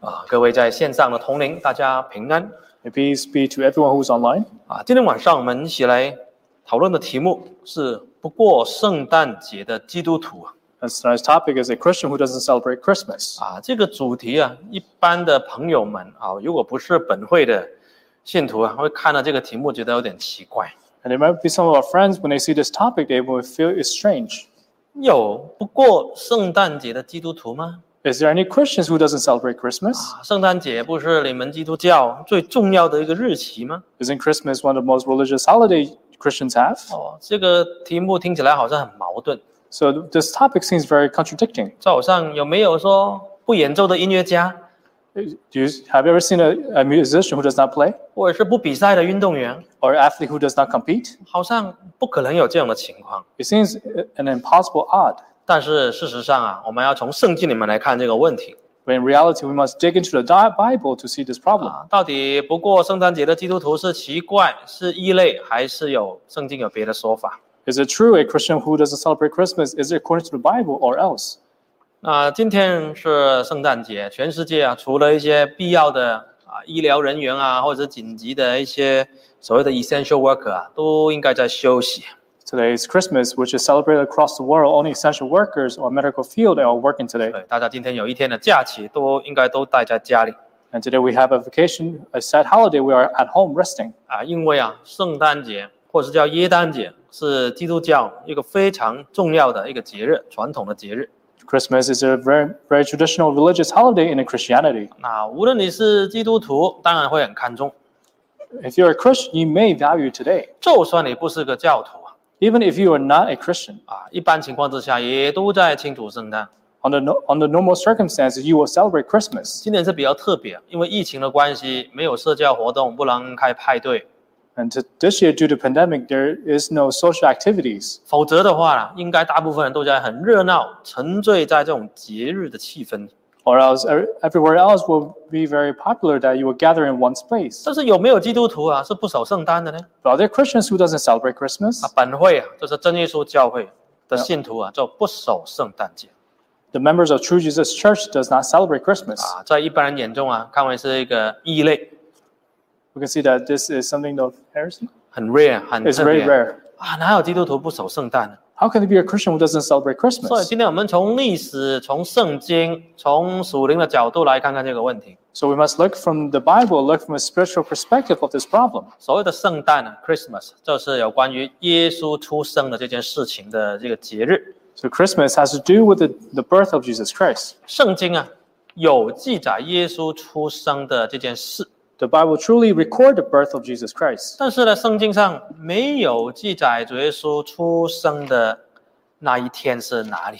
啊，各位在线上的同龄，大家平安 May peace be to everyone who's online. 啊！今天晚上我们一起来讨论的题目是不过圣诞节的基督徒啊 And tonight's topic is a Christian who doesn't celebrate Christmas. 啊！这个主题啊，一般的朋友们啊，如果不是本会的信徒啊，会看到这个题目觉得有点奇怪。 And there might be some of our friends when they see this topic, they will feel it's strange. 有不过圣诞节的基督徒吗？ Is there any Christians who doesn't celebrate Christmas? 啊圣诞节不是你们基督教最重要的一个日期吗？ Isn't Christmas one of the most religious holiday Christians have? 哦，这个题目听起来好像很矛盾， So th- this topic seems very contradicting. 就好像有没有说不演奏的音乐家， Do you have you ever seen a, a musician who does not play 或者是不比赛的运动员， or an athlete who does not compete? 好像不可能有这样的情况。 It seems uh, an impossible odd. 但是事实上啊，我们要从圣经里面来看这个问题 But in reality, we must dig into the Di- Bible to see this problem. 啊，到底不过圣诞节的基督徒是奇怪、是异类，还是有圣经有别的说法？ Is it true a Christian who doesn't celebrate Christmas is it according to the Bible or else? 那啊今天是圣诞节，全世界啊，除了一些必要的啊医疗人员啊，或者是紧急的一些所谓的 essential worker 啊，都应该在休息。 Today is Christmas, which is celebrated across the world. Only essential workers or medical field are working today. 对，大家今天有一天的假期，都应该都待在家里 And today we have a vacation, a sad holiday. We are at home resting 啊，因为啊，圣诞节或者是叫耶诞节，是基督教一个非常重要的一个节日，传统的节日。 Christmas is a very, very traditional religious holiday in Christianity. 那无论你是基督徒，当然会很看重； If you're a Christian, you may value today, 就算你不是个教徒啊， even if you are not a Christian. 啊，一般情况之下也都在庆祝圣诞。 On the no- on the normal circumstances, you will celebrate Christmas. 今年是比较特别，啊因为疫情的关系，没有社交活动，不能开派对。 And to, this year, due to pandemic, there is no social activities. 否则的话呢，应该大部分人都在很热闹，沉醉在这种节日的气氛。 or else er- everywhere else will be very popular that you will gather in one place. 但是有没有基督徒啊是不守圣诞的呢？ But are there Christians who doesn't celebrate Christmas? 啊，本会啊，就是真耶稣教会的信徒啊，就不守圣诞节 The members of True Jesus Church does not celebrate Christmas. 啊，在一般人眼中啊，看为是一个异类， We can see that this is something of heresy. 很 rare，很 It's 特别 very rare. 啊，哪有基督徒不守圣诞呢？啊 How can there be a Christian who doesn't 所以 celebrate Christmas? 今天我们从历史、从圣经、从属灵的角度来看看这个问题。 So we must look from the Bible, look from a spiritual perspective of this problem. 所谓的圣诞呢，Christmas，就是有关于耶稣出生的这件事情的这个节日。 So Christmas has to do with the, the birth of Jesus Christ. 圣经啊，有记载耶稣出生的这件事， The Bible truly record the birth of Jesus Christ, 但是呢，圣经上没有记载主耶稣出生的那一天是哪里，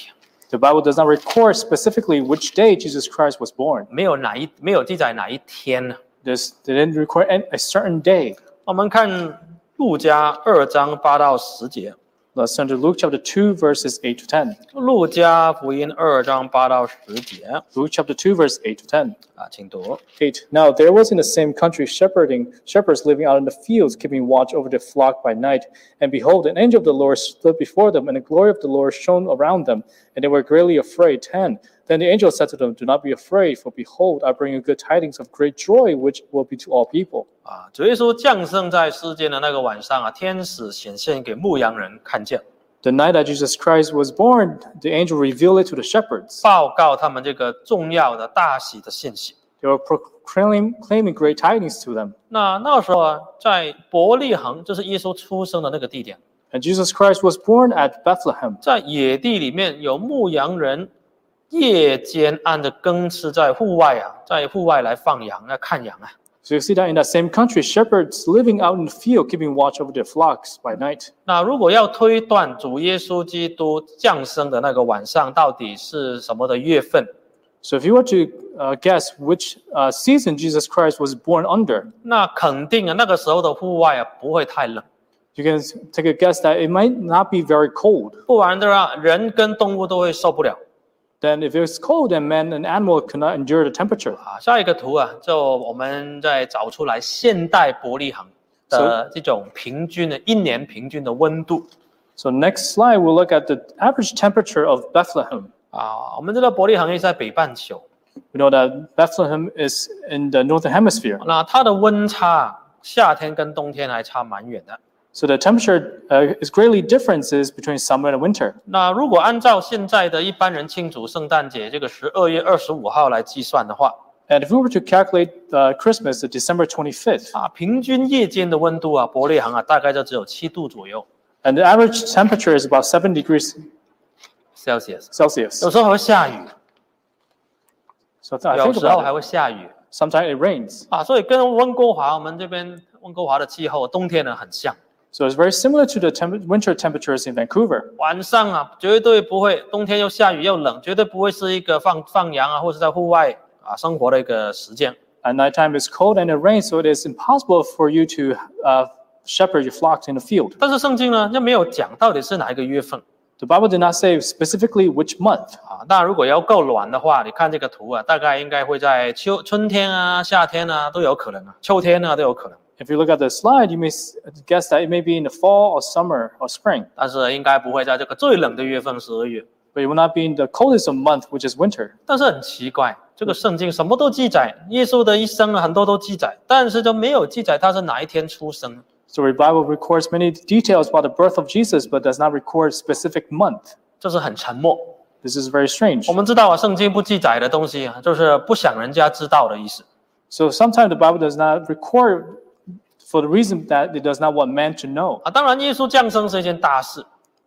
the Bible does not record specifically which day Jesus Christ was born. 没有哪一没有记载哪一天呢？ This they didn't record an- a certain day. 我们看路加二章八到十节， Let's turn to Luke chapter 2, verses 8 to 10. 路加福音二章八到十节 Luke chapter 2, verse 8 to 10. 啊，请读。 8. Now there was in the same country shepherding shepherds living out in the fields, keeping watch over their flock by night. And behold, an angel of the Lord stood before them, and the glory of the Lord shone around them, and they were greatly afraid. 10. Then the angel said to them, Do not be afraid, for behold, I bring you good tidings of great joy, which will be to all people. 啊，主耶稣降生在世间的那个晚上啊，天使显现给牧羊人看见， The night that Jesus Christ was born, the angel revealed it to the shepherds. 报告他们这个重要的大喜的信息。 They were proclaiming claiming great tidings to them. 那那个时候啊，在伯利恒，就是耶稣出生的那个地点， And Jesus Christ was born at Bethlehem. 在野地里面有牧羊人夜间按着更吃在户外啊，在户外来放羊啊，看羊啊。 So you see that in that same country, shepherds living out in the field, keeping watch over their flocks by night. 那如果要推断主耶稣基督降生的那个晚上到底是什么的月份， So if you were to uh, guess which uh, season Jesus Christ was born under, 那肯定啊，那个时候的户外啊不会太冷。 you can s- take a guess that it might not be very cold. 不然的话，人跟动物都会受不了 Then if it's cold, then man and animal cannot endure the temperature. 啊。下一个图啊，就我们再找出来现代伯利恒的这种平均的一年平均的温度 So next slide, we'll look at the average temperature of Bethlehem. 啊。我们知道伯利恒是在北半球， We know that Bethlehem is in the northern hemisphere, 那它的温差，夏天跟冬天还差蛮远的。 so the temperature uh, is greatly differences between summer and winter. 那如果按照现在的一般人庆祝圣诞节这个十二月二十五号来计算的话， And if we were to calculate uh, Christmas, the December 25th, 啊，平均夜间的温度啊，伯利恒啊，大概就只有七度左右 and the average temperature is about 7 degrees Celsius， Celsius. 有时候还会下雨， So I 有 think 时候还 about it, 会下雨 sometimes it rains. 啊，所以跟温哥华我们这边温哥华的气候冬天呢很像， So it's very similar to the temp- winter temperatures in Vancouver. 晚上啊绝对不会，冬天又下雨又冷，绝对不会是一个放放羊啊或者在户外啊生活的一个时间。 At nighttime, it's cold and it rains, so it is impossible for you to uh, shepherd your flocks in the field. 但是圣经呢就没有讲到底是哪一个月份 The Bible did not say specifically which month. 啊。那如果要够暖的话，你看这个图啊，大概应该会在秋春天啊、夏天啊都有可能啊，秋天啊都有可能， If you look at the slide, you may s- guess that it may be in the fall or summer or spring, 但是应该不会在这个最冷的月份十二月。 but it will not be in the coldest of month, which is winter. 但是很奇怪，这个圣经什么都记载，耶稣的一生啊，很多都记载，但是就没有记载他是哪一天出生。 So the Bible records many details about the birth of Jesus, but does not record specific month. 这是很沉默。 This is very strange. 我们知道啊，圣经不记载的东西啊，就是不想人家知道的意思。 So sometimes the Bible does not record for the reason that it does not want man to know. 啊，当然，耶稣降生是一件大事，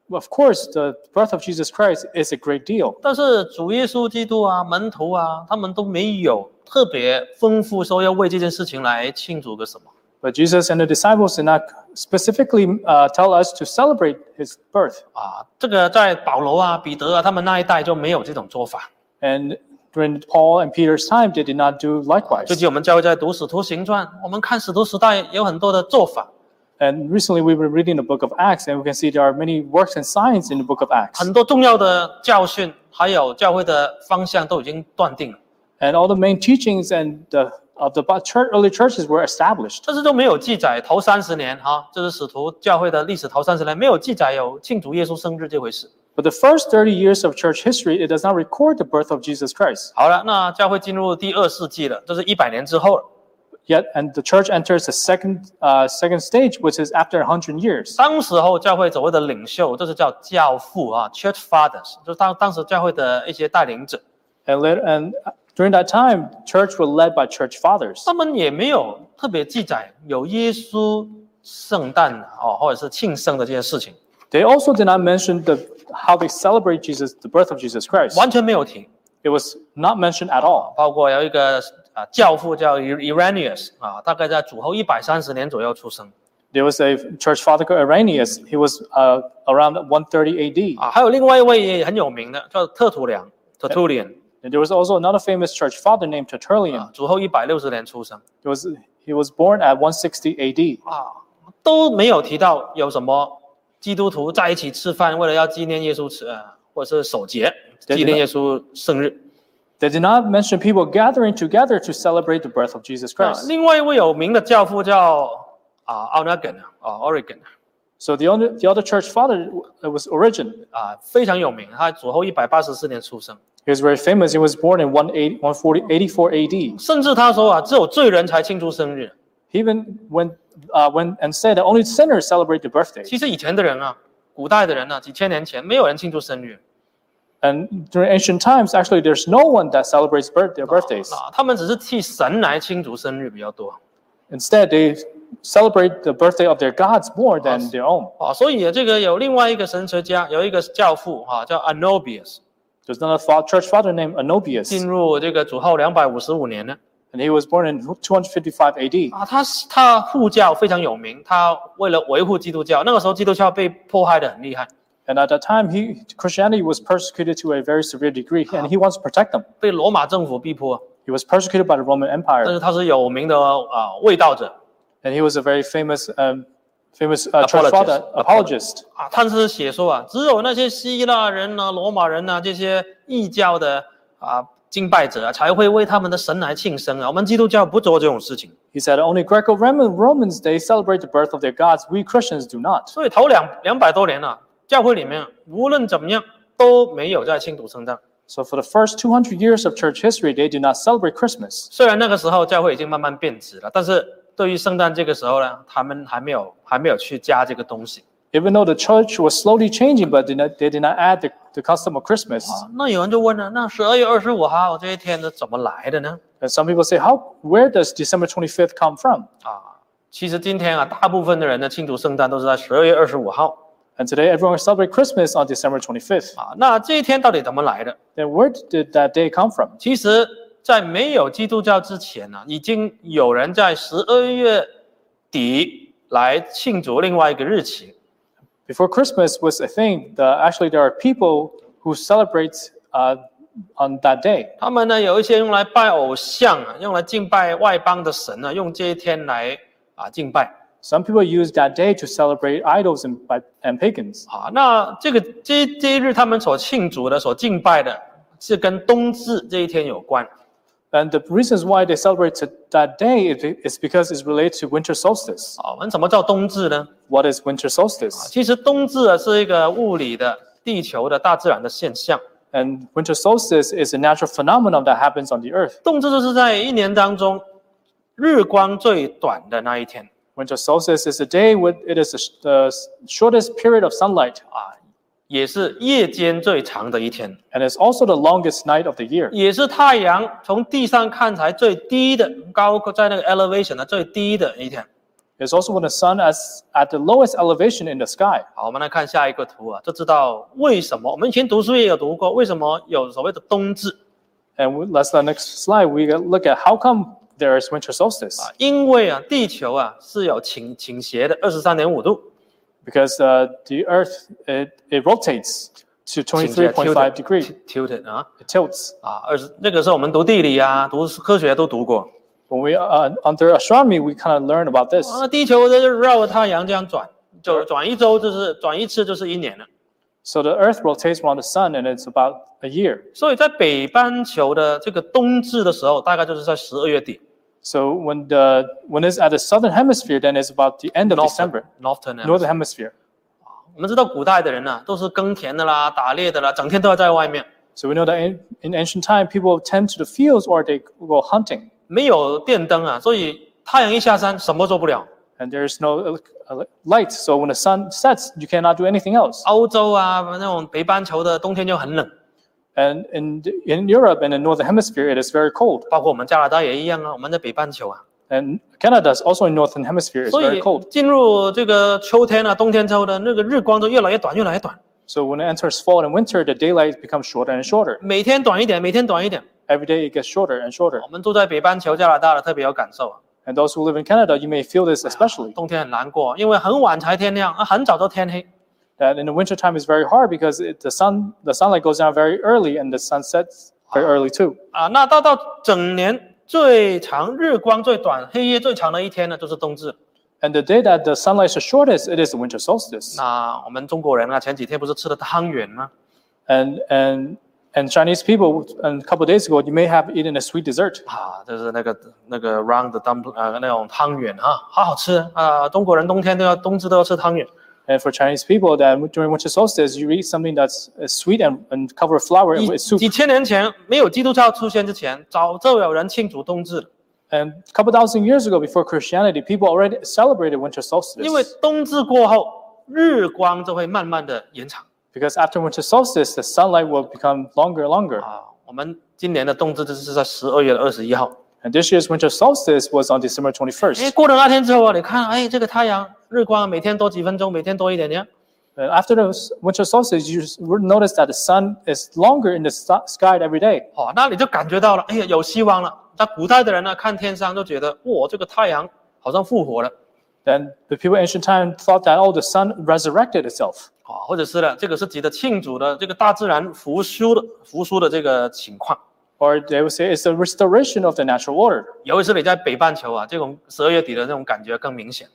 Of course, the birth of Jesus Christ is a great deal, 但是主耶稣基督啊，门徒啊，他们都没有特别丰富说要为这件事情来庆祝个什么。 but Jesus and the disciples did not specifically uh, tell us to celebrate his birth. 啊，这个在保罗啊、彼得啊他们那一代就没有这种做法。 And during Paul and Peter's time, they did not do likewise. 最近我们教会在读《使徒行传》，我们看《使徒时代》有很多的做法， And recently, we were reading the book of Acts, and we can see there are many works and signs in the book of Acts. 很多重要的教训，还有教会的方向都已经断定了， And all the main teachings and the, of the bu- church, early churches were established. 但是都没有记载头三十年哈、啊，就是使徒教会的历史头三十年没有记载有庆祝耶稣生日这回事。 But the first 30 years of church history, it does not record the birth of Jesus Christ. 好了，那教会进入第二世纪了，这是一百年之后了。 Yet, and the church enters the second uh, second stage, which is after 100 years. 当时候教会所谓的领袖，这是叫教父啊，Church Fathers，就是当当时教会的一些带领者， And, later, and during that time, church were led by church fathers. 他们也没有特别记载有耶稣圣诞哦，或者是庆生的这件事情， They also did not mention the how they celebrate Jesus, the birth of Jesus Christ. 完全没有提。 It was not mentioned at all. 包括有一个啊教父叫 Iranius 啊，大概在主后一百三十年左右出生 There was a church father called Irenaeus. He was uh, around 130 AD. 啊，还有另外一位也很有名的叫特土良 Tertullian And there was also another famous church father named Tertullian. 啊，主后一百六十年出生 It was, he was born at 160 AD. 啊，都没有提到有什么基督徒在一起吃饭，为了要纪念耶稣吃，呃或者是守节纪念耶稣生日。 They did not mention people gathering together to celebrate the birth of Jesus 啊 Christ. 另外一位有名的教父叫啊奥纳根啊 Oregon So the other, the other church father uh, was Origen. 啊，非常有名，他主后一百八十四年出生。 He was very famous. He was born in 180 140 84 AD. He 甚至他说啊，只有罪人才庆祝生日。 even went, uh, went and said that only sinners celebrate the birthday. 其实以前的人啊，古代的人啊，几千年前没有人庆祝生日， And during ancient times, actually, there's no one that celebrates birth, their birthdays. 啊，他们只是替神来庆祝生日比较多 Instead, they celebrate the birthday of their gods more than their own. 啊。所以啊这个有另外一个神学家，有一个教父啊，叫 Anobius， There's another fa- church father named 进 Anobius, 入这个主后两百五十五年呢 and he was born in 255 AD. 啊，他是他护教非常有名，他为了维护基督教，那个时候基督教被迫害的很厉害， And at that time, he, Christianity was persecuted to a very severe degree, and he wants to protect them. 被罗马政府逼迫， He was persecuted by the Roman 但 Empire, 是他是有名的啊卫道者 and he was a very famous, um, famous uh, church Apologist. father, apologist. 啊，他是写说啊，只有那些希腊人呐、罗马人呐、啊这些异教的啊敬拜者啊，才会为他们的神来庆生啊。我们基督教不做这种事情， He said only Greco-Roman Romans they celebrate the birth of their gods. We Christians do not. 所以头两两百多年啊，教会里面无论怎么样都没有在庆祝圣诞 So for the first 200 years of church history, they did not celebrate Christmas. 虽然那个时候教会已经慢慢变质了，但是对于圣诞这个时候呢，他们还没有还没有去加这个东西。 Even though the church was slowly changing, but did not, they did not add the, the custom of Christmas. 啊那有人就问了，那十二月二十五号这一天呢，怎么来的呢？ And some people say, how, where does December 25th come from? 啊，其实今天啊，大部分的人呢庆祝圣诞都是在十二月二十五号 And today everyone celebrates Christmas on December 25th. 啊。那这一天到底怎么来的？ Then where did that day come from? 其实，在没有基督教之前呢、已经有人在十二月底来庆祝另外一个日期 Before Christmas was a thing, the, actually there are people who celebrate uh, on that day. 他们呢，有一些用来拜偶像啊，用来敬拜外邦的神啊，用这一天来啊敬拜 Some people use that day to celebrate idols and, and pagans. 啊。那这个这这一日他们所庆祝的、所敬拜的，是跟冬至这一天有关 And the reasons why they celebrate to that day is be- is because it's related to winter solstice. 啊。我们怎么叫冬至呢？ What is winter solstice? 其实冬至啊是一个物理的、地球的大自然的现象。 And winter solstice is a natural phenomenon that happens on the earth. 冬至就是在一年当中日光最短的那一天 Winter solstice is a day with it is the sh- the s- shortest period of sunlight, 啊，也是夜间最长的一天， and it's also the longest night of the year. 也是太阳从地上看才最低的高，在那个 elevation 的最低的一天。 It's also when the sun is at the lowest elevation in the sky. 好，我们来看下一个图啊，就知道为什么我们以前读书也有读过，为什么有所谓的冬至 And we- let's the next slide. We got- look at how come there is winter solstice 啊？因为啊，地球啊是有倾倾斜的，二十三点五度， because uh, the Earth it, it rotates to 倾斜23.5 degrees. tilted 啊 It tilts. 啊，二十那个时候我们读地理啊，读科学都读过。 When we uh, under astronomy, we kind of learn about this. 啊，地球它就是绕着太阳这样转，就转一周就是转一次就是一年了。 So the Earth rotates around the sun, and it's about a year. 所以在北半球的这个冬至的时候，大概就是在十二月底 So when the when it's at the southern hemisphere, then it's about the end of December. Northern Hemisphere Northern hemisphere. 我们知道古代的人呢、都是耕田的啦、打猎的啦，整天都要在外面， So we know that in, in ancient time, people tend to the fields or they go hunting, 没有电灯啊，所以太阳一下山什么都做不了。 and there's no uh, light. So when the sun sets, you cannot do anything else. 欧洲啊，那种北半球的冬天就很冷， And in in Europe and in northern hemisphere, it is very cold. 包括我们加拿大也一样啊，我们在北半球啊， And Canada is also in northern hemisphere. It's 所 very 以 cold. 进入这个秋天啊、冬天之后呢，那个日光就越来越短，越来越短， So when it enters fall and winter, the daylight becomes shorter and shorter. 每天短一点，每天短一点。 Every day it gets shorter and shorter. 我们住在北半球加拿大的特别有感受啊， And those who live in Canada, you may feel this especially. 冬天很难过，因为很晚才天亮，啊，很早就天黑。 That in the wintertime is very hard because it, the sun the sunlight goes down very early and the sun sets very early too. 啊，那到到整年最长日光最短、黑夜最长的一天呢，就是冬至。 And the day that the sunlight is the shortest, it is the winter solstice. 那我们中国人啊，前几天不是吃的汤圆吗？ And and and Chinese people, and a couple of days ago, you may have eaten a sweet dessert. 啊，就是那个那个 round 的当呃那种汤圆啊，好好吃啊！中国人冬天都要冬至都要吃汤圆。 And for Chinese people, that during winter solstice, you eat something that's uh, sweet and, and covered with flour and with 几 soup. 几千年前没有基督教出现之前，早就有人庆祝冬至了， And a couple thousand years ago, before Christianity, people already celebrated winter 因为 solstice. 冬至过后，日光就会慢慢的延长。 Because after winter solstice, the sunlight will become longer and longer. 啊，我们今年的冬至就是在十二月的二十一号。 And this year's winter solstice was on December 哎， 21st. 过了那天之后啊，你看，哎，这个太阳日光每天多几分钟，每天多一点点。 And after the s- winter solstice, you s- would notice that the sun is longer in the st- sky every day. 哦，那你就感觉到了，哎呀，有希望了。那古代的人呢，看天上就觉得，哇，这个太阳好像复活了， Then the people in ancient time thought that, oh, the sun resurrected itself. 哦，或者是呢，这个是指的庆祝的这个大自然复苏的复苏的这个情况。 Or they would say it's the restoration of the natural order. 尤其是你在北半球啊，这种十二月底的那种感觉更明显。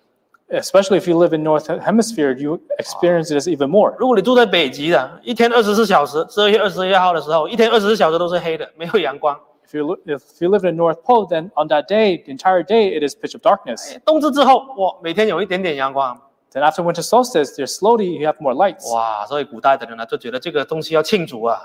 Especially if you live in north hemisphere, you experience this even more. 如果你住在北极的，一天二十四小时，十二月二十一号的时候，一天二十四小时都是黑的，没有阳光。 If you, li- if you live in the North Pole, then on that day, the entire day, it is pitch of darkness. 哎冬至之后，哇，每天有一点点阳光， Then after winter solstice, there's slowly you have more lights. 哇，所以古代的人呢就觉得这个东西要庆祝啊，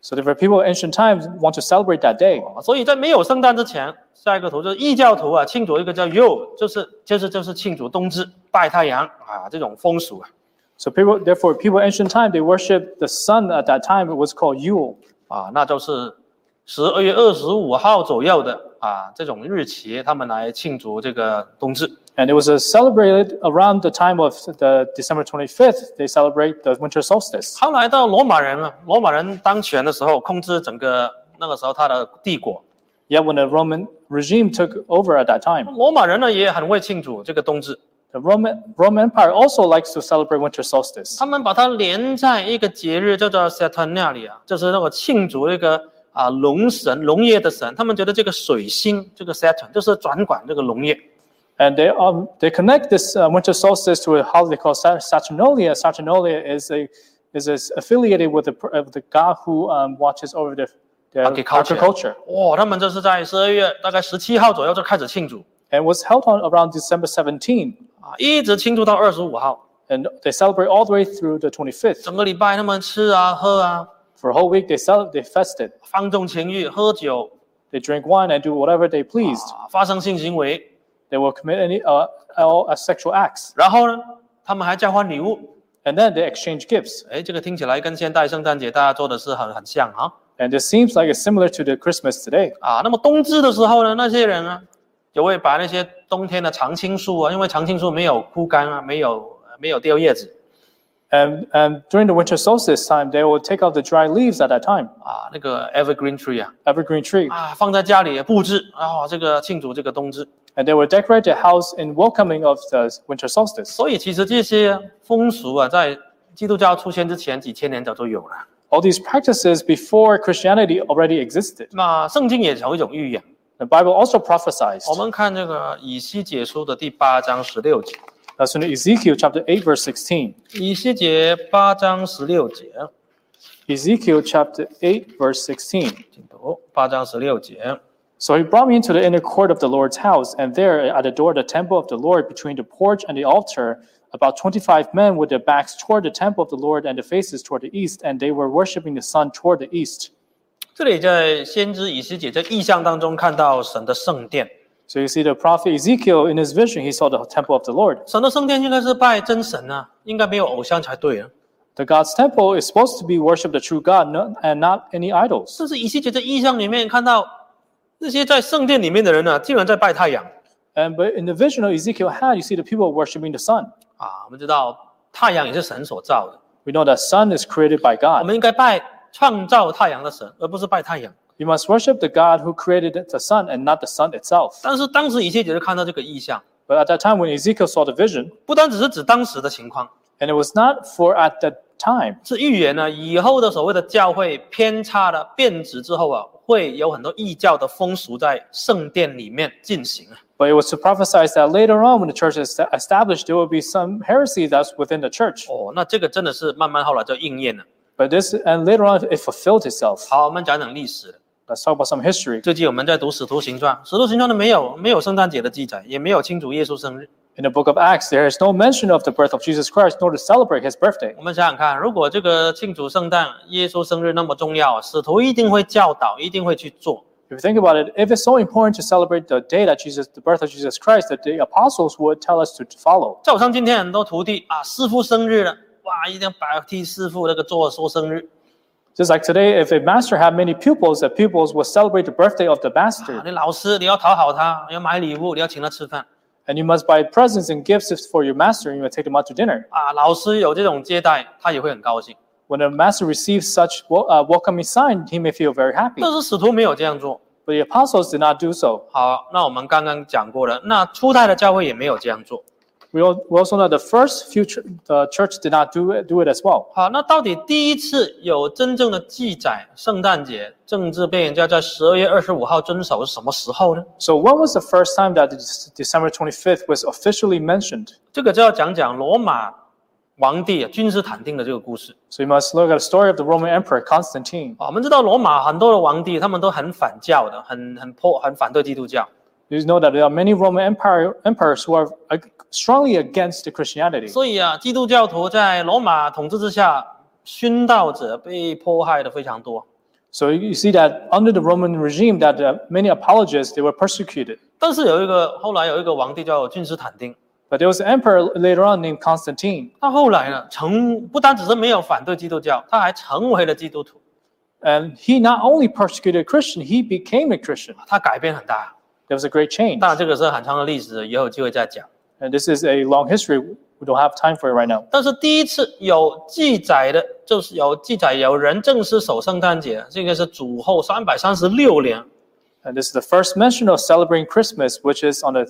So there were people in ancient times want to celebrate that day. 所以在没有圣诞之前，下一个图就是异教徒啊，庆祝一个叫 Yule，就是就是就是庆祝冬至、拜太阳啊这种风俗啊。 So people, therefore, people in ancient time they worshipped the sun at that time. It was called Yule. 啊，那就是十二月二十五号左右的啊这种日期，他们来庆祝这个冬至。 And it was uh, celebrated around the time of the December 25th. They celebrate the winter solstice. 后来到罗马人啊，罗马人当权的时候，控制整个那个时候他的帝国。 Yet when the Roman regime took over at that time, 罗马人呢也很会庆祝这个冬至， the Roman Roman Empire also likes to celebrate winter solstice. 他们把它连在一个节日叫做 Saturnalia，就是那个庆祝那个啊龙神农业的神，他们觉得这个水星这个 Saturn 就是掌管这个农业。 And they um, they connect this uh, winter solstice to a holiday called Sat- Saturnalia. Saturnalia is a is, is affiliated with the pr- of the god who um, watches over the, the Agriculture. agriculture, 哇、他们就是在十二月大概十七号左右就开始庆祝 and was held on around December 17. 啊，一直庆祝到二十五号， And they celebrate all the way through the 25th. 整个礼拜他们吃啊喝啊， For a whole week, they cel- they fested, 放纵情欲，喝酒 they drink wine and do whatever they pleased. 啊，发生性行为， They will commit any uh, all uh, sexual acts, 然后呢，他们还交换礼物。 and then they exchange gifts. 哎，这个听起来跟现代圣诞节大家做的是很很像啊 And this seems like it's similar to the Christmas today. 啊。那么冬至的时候呢，那些人呢，就会把那些冬天的常青树啊，因为常青树没有枯干啊，没有没有掉叶子 And, and during the winter solstice time, they will take out the dry leaves at that time, 啊，那个 evergreen tree 啊 evergreen tree, 啊，放在家里布置啊，这个庆祝这个冬至。 and they will decorate their house in welcoming of the winter solstice. 所以其实这些风俗啊，在基督教出现之前几千年早就有了。 All these practices before Christianity already existed. 那圣经也有一种预言， The Bible also prophesies. 我们看这个以西结书的第八章十六节， That's in Ezekiel chapter 8, verse 16. 以西结八章十六节， Ezekiel chapter 8, verse 16. 请读八章十六节。 So he brought me into the inner court of the Lord's house, and there at the door of the temple of the Lord, between the porch and the altar, about 25 men with their backs toward the temple of the Lord and their faces toward the east, and they were worshiping the sun toward the east. 这里在先知以西结在意象当中看到神的圣殿， So you see the prophet Ezekiel in his vision, he saw the temple of the Lord. 神的圣殿应该是拜真神啊，应该没有偶像才对啊。 The God's temple is supposed to be worship the true God no- and not any idols. 但是以西结在意象里面看到那些在圣殿里面的人呢、啊，竟然在拜太阳 And but in the vision of Ezekiel had, you see the people worshiping the sun. 啊。我们知道太阳也是神所造的， We know that sun is created by 我 God. 们应该拜创造太阳的神，而不是拜太阳。 You must worship the God who created the sun and not the sun itself. 但是当时以西结就看到这个意象， But at that time, when Ezekiel saw the vision, 不单只是指当时的情况， and it was not for at that time, 是预言呢以后的所谓的教会偏差的变质之后啊，会有很多异教的风俗在圣殿里面进行啊。 but it was to prophesy that later on, when the church is esta- established, there will be some heresy that's within the church. 哦，那这个真的是慢慢后来就应验了。 But this, and later on, it fulfilled itself. 好，我们讲讲历史。 Let's talk about some history. 最近我们在读《使徒行传》，《使徒行传》呢没有没有圣诞节的记载，也没有庆祝耶稣生日。 In the book of Acts, there is no mention of the birth of Jesus Christ, nor to celebrate his birthday. 我们想想看，如果这个庆祝圣诞、耶稣生日那么重要，使徒一定会教导，一定会去做。 If you think about it, if it's so important to celebrate the day that Jesus, the birth of Jesus Christ, that the apostles would tell us to follow. 就好像今天很多徒弟啊，师傅生日了，哇，一定要替师傅那个做说生日。 Just like today, if a master had many pupils, the pupils would celebrate the birthday of the 啊 master. 你老师你要讨好他，你要买礼物，你要请他吃饭 And you must buy presents and gifts for your master, and you must take them out to dinner. 啊。老师有这种接待，他也会很高兴。 When a master receives such wel- uh, welcoming sign, he may feel very happy. 但是使徒没有这样做。 But the apostles did not do so. 好，那我们刚刚讲过了，那初代的教会也没有这样做。 We al- we also know the first few ch- the church did not do it, do it as well. 好，那到底第一次有真正的记载圣诞节政治被人家在十二月二十五号遵守是什么时候呢？ So when was the first time that this- December 25th was officially mentioned? 这个就要讲讲罗马皇帝君士坦丁的这个故事。 So you must look at the story of the Roman Emperor Constantine. 啊，我们知道罗马很多的皇帝他们都很反教的，很很破，很反对基督教， You know that there are many Roman Empire emperors who are uh, strongly against the Christianity. 所以啊，基督教徒在罗马统治之下，殉道者被迫害的非常多。 So you you see that under the Roman regime, that uh, many apologists they were persecuted. 但是有一个后来有一个皇帝叫君士坦丁， But there was an emperor later on named Constantine, 他后来呢成不单只是没有反对基督教，他还成为了基督徒， and he not only persecuted a Christian, he became a Christian. 他改变很大。 There was a great change. 当然这个是很长的历史，也有机会再讲。 And this is a long history. We don't have time for it right now. 但是第一次有记载的，就是有记载有人正式守圣诞节，这个是主后三百三十六年， And this is the first mention of celebrating Christmas, which is on the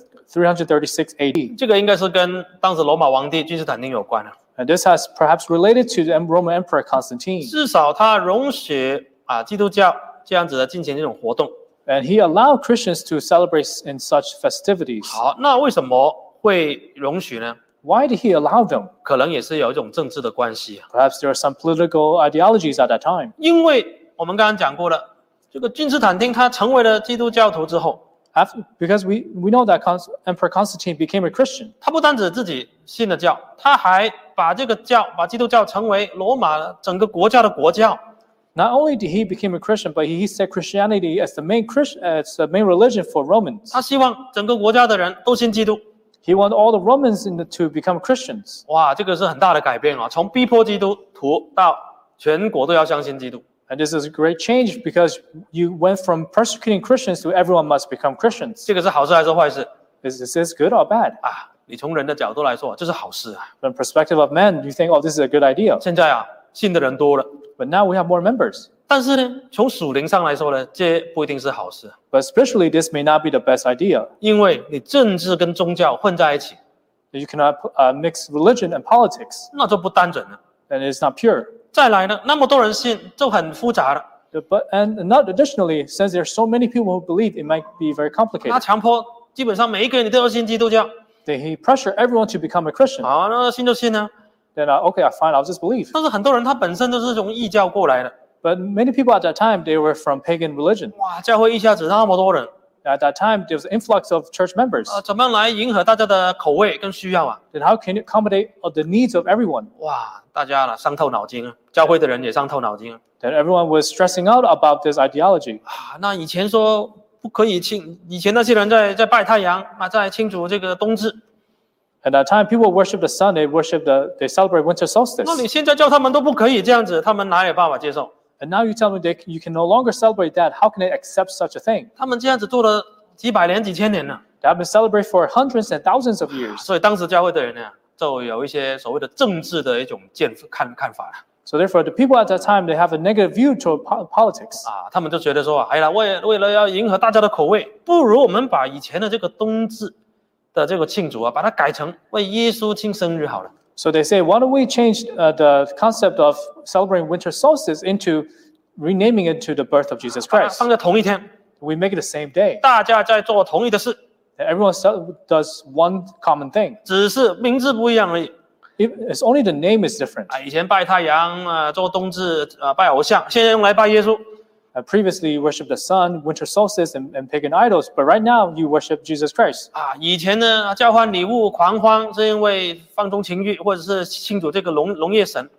336 AD. 这个应该是跟当时罗马皇帝君士坦丁有关的、 And this has perhaps related to the Roman Emperor Constantine. 至少他容许啊基督教这样子的进行这种活动。 And he allowed Christians to celebrate in such festivities. 好，那为什么会容许呢？ Why did he allow them? 可能也是有一种政治的关系啊， Perhaps there are some political ideologies at that time. 因为我们刚刚讲过了，这个君士坦丁他成为了基督教徒之后， After, because we, we know that Cons- Emperor Constantine became a Christian. 他不单指自己信了教，他还把这个教，把基督教成为罗马整个国家的国教。 Not only did he become a Christian, but he set Christianity as the main Christ, as the main religion for Romans. 他希望整个国家的人都信基督。 He wanted all the Romans in the, to become Christians. 哇，这个是很大的改变啊！从逼迫基督徒到全国都要相信基督。 And this is a great change because you went from persecuting Christians to everyone must become Christians. 这个是好事还是坏事 Is, is this good or bad? 啊？你从人的角度来说，这是好事啊。 From the perspective of men, you think, oh, this is a good idea. 现在啊，信的人多了， But now we have more members. 但是呢，从属灵上来说呢，这不一定是好事， But spiritually, this may not be the best idea. 因为你政治跟宗教混在一起， You cannot uh, mix religion and politics, 那就不单纯了。 and it's not pure. 再来呢，那么多人信就很复杂了。 But and not additionally, since there are so many people who believe, it might be very 他 complicated. 强迫基本上每一个人你都要信基督教， Then he pressure everyone to become a Christian. 好，那信就信啊。 Then uh, okay, I fine, I'll just believe. 但是很多人他本身就是从异教过来的， But many people at that time they were from pagan religion. 哇，教会一下子那么多人 At that time, there was an influx of church members. 啊，怎么样来迎合大家的口味跟需要啊？ Then how can you accommodate all the needs of everyone? 哇，大家了伤透脑筋啊，教会的人也伤透脑筋啊。 Then everyone was stressing out about this ideology. 啊，那以前说不可以庆，以前那些人在在拜太阳啊，在庆祝这个冬至， At that time, people worship the sun. They worship the. They celebrate winter 那你 solstice. 现在叫他们都不可以这样子，他们哪有办法接受？ And now you tell me they, you can no longer celebrate that. How can they accept such a thing? 他们这样子做了几百年、几千年了， They have been celebrated for hundreds and thousands of years. 所以当时教会的人呢，就有一些所谓的政治的一种见看看法了 So therefore, the people at that time they have a negative view toward po- politics. 啊，他们就觉得说，哎呀，为为了要迎合大家的口味，不如我们把以前的这个冬至的这个庆祝啊，把它改成为耶稣庆生日好了。 So they say, why don't we change uh, the concept of celebrating winter solstice into renaming it to the birth of Jesus 把它 Christ? 放在同一天， We make it the same day. 大家在做同一的事， Everyone cel- does one common thing. 只是名字不一样而已。 If- It's only the name is different. 啊，以前拜太阳啊、呃做冬至啊、呃拜偶像，现在用来拜耶稣。 Uh, previously, you worship the sun, winter solstice, and, and pagan idols, but right now you worship Jesus Christ. 啊，以前呢交换礼物狂欢是因为放纵情欲，或者是庆祝这个农农业神。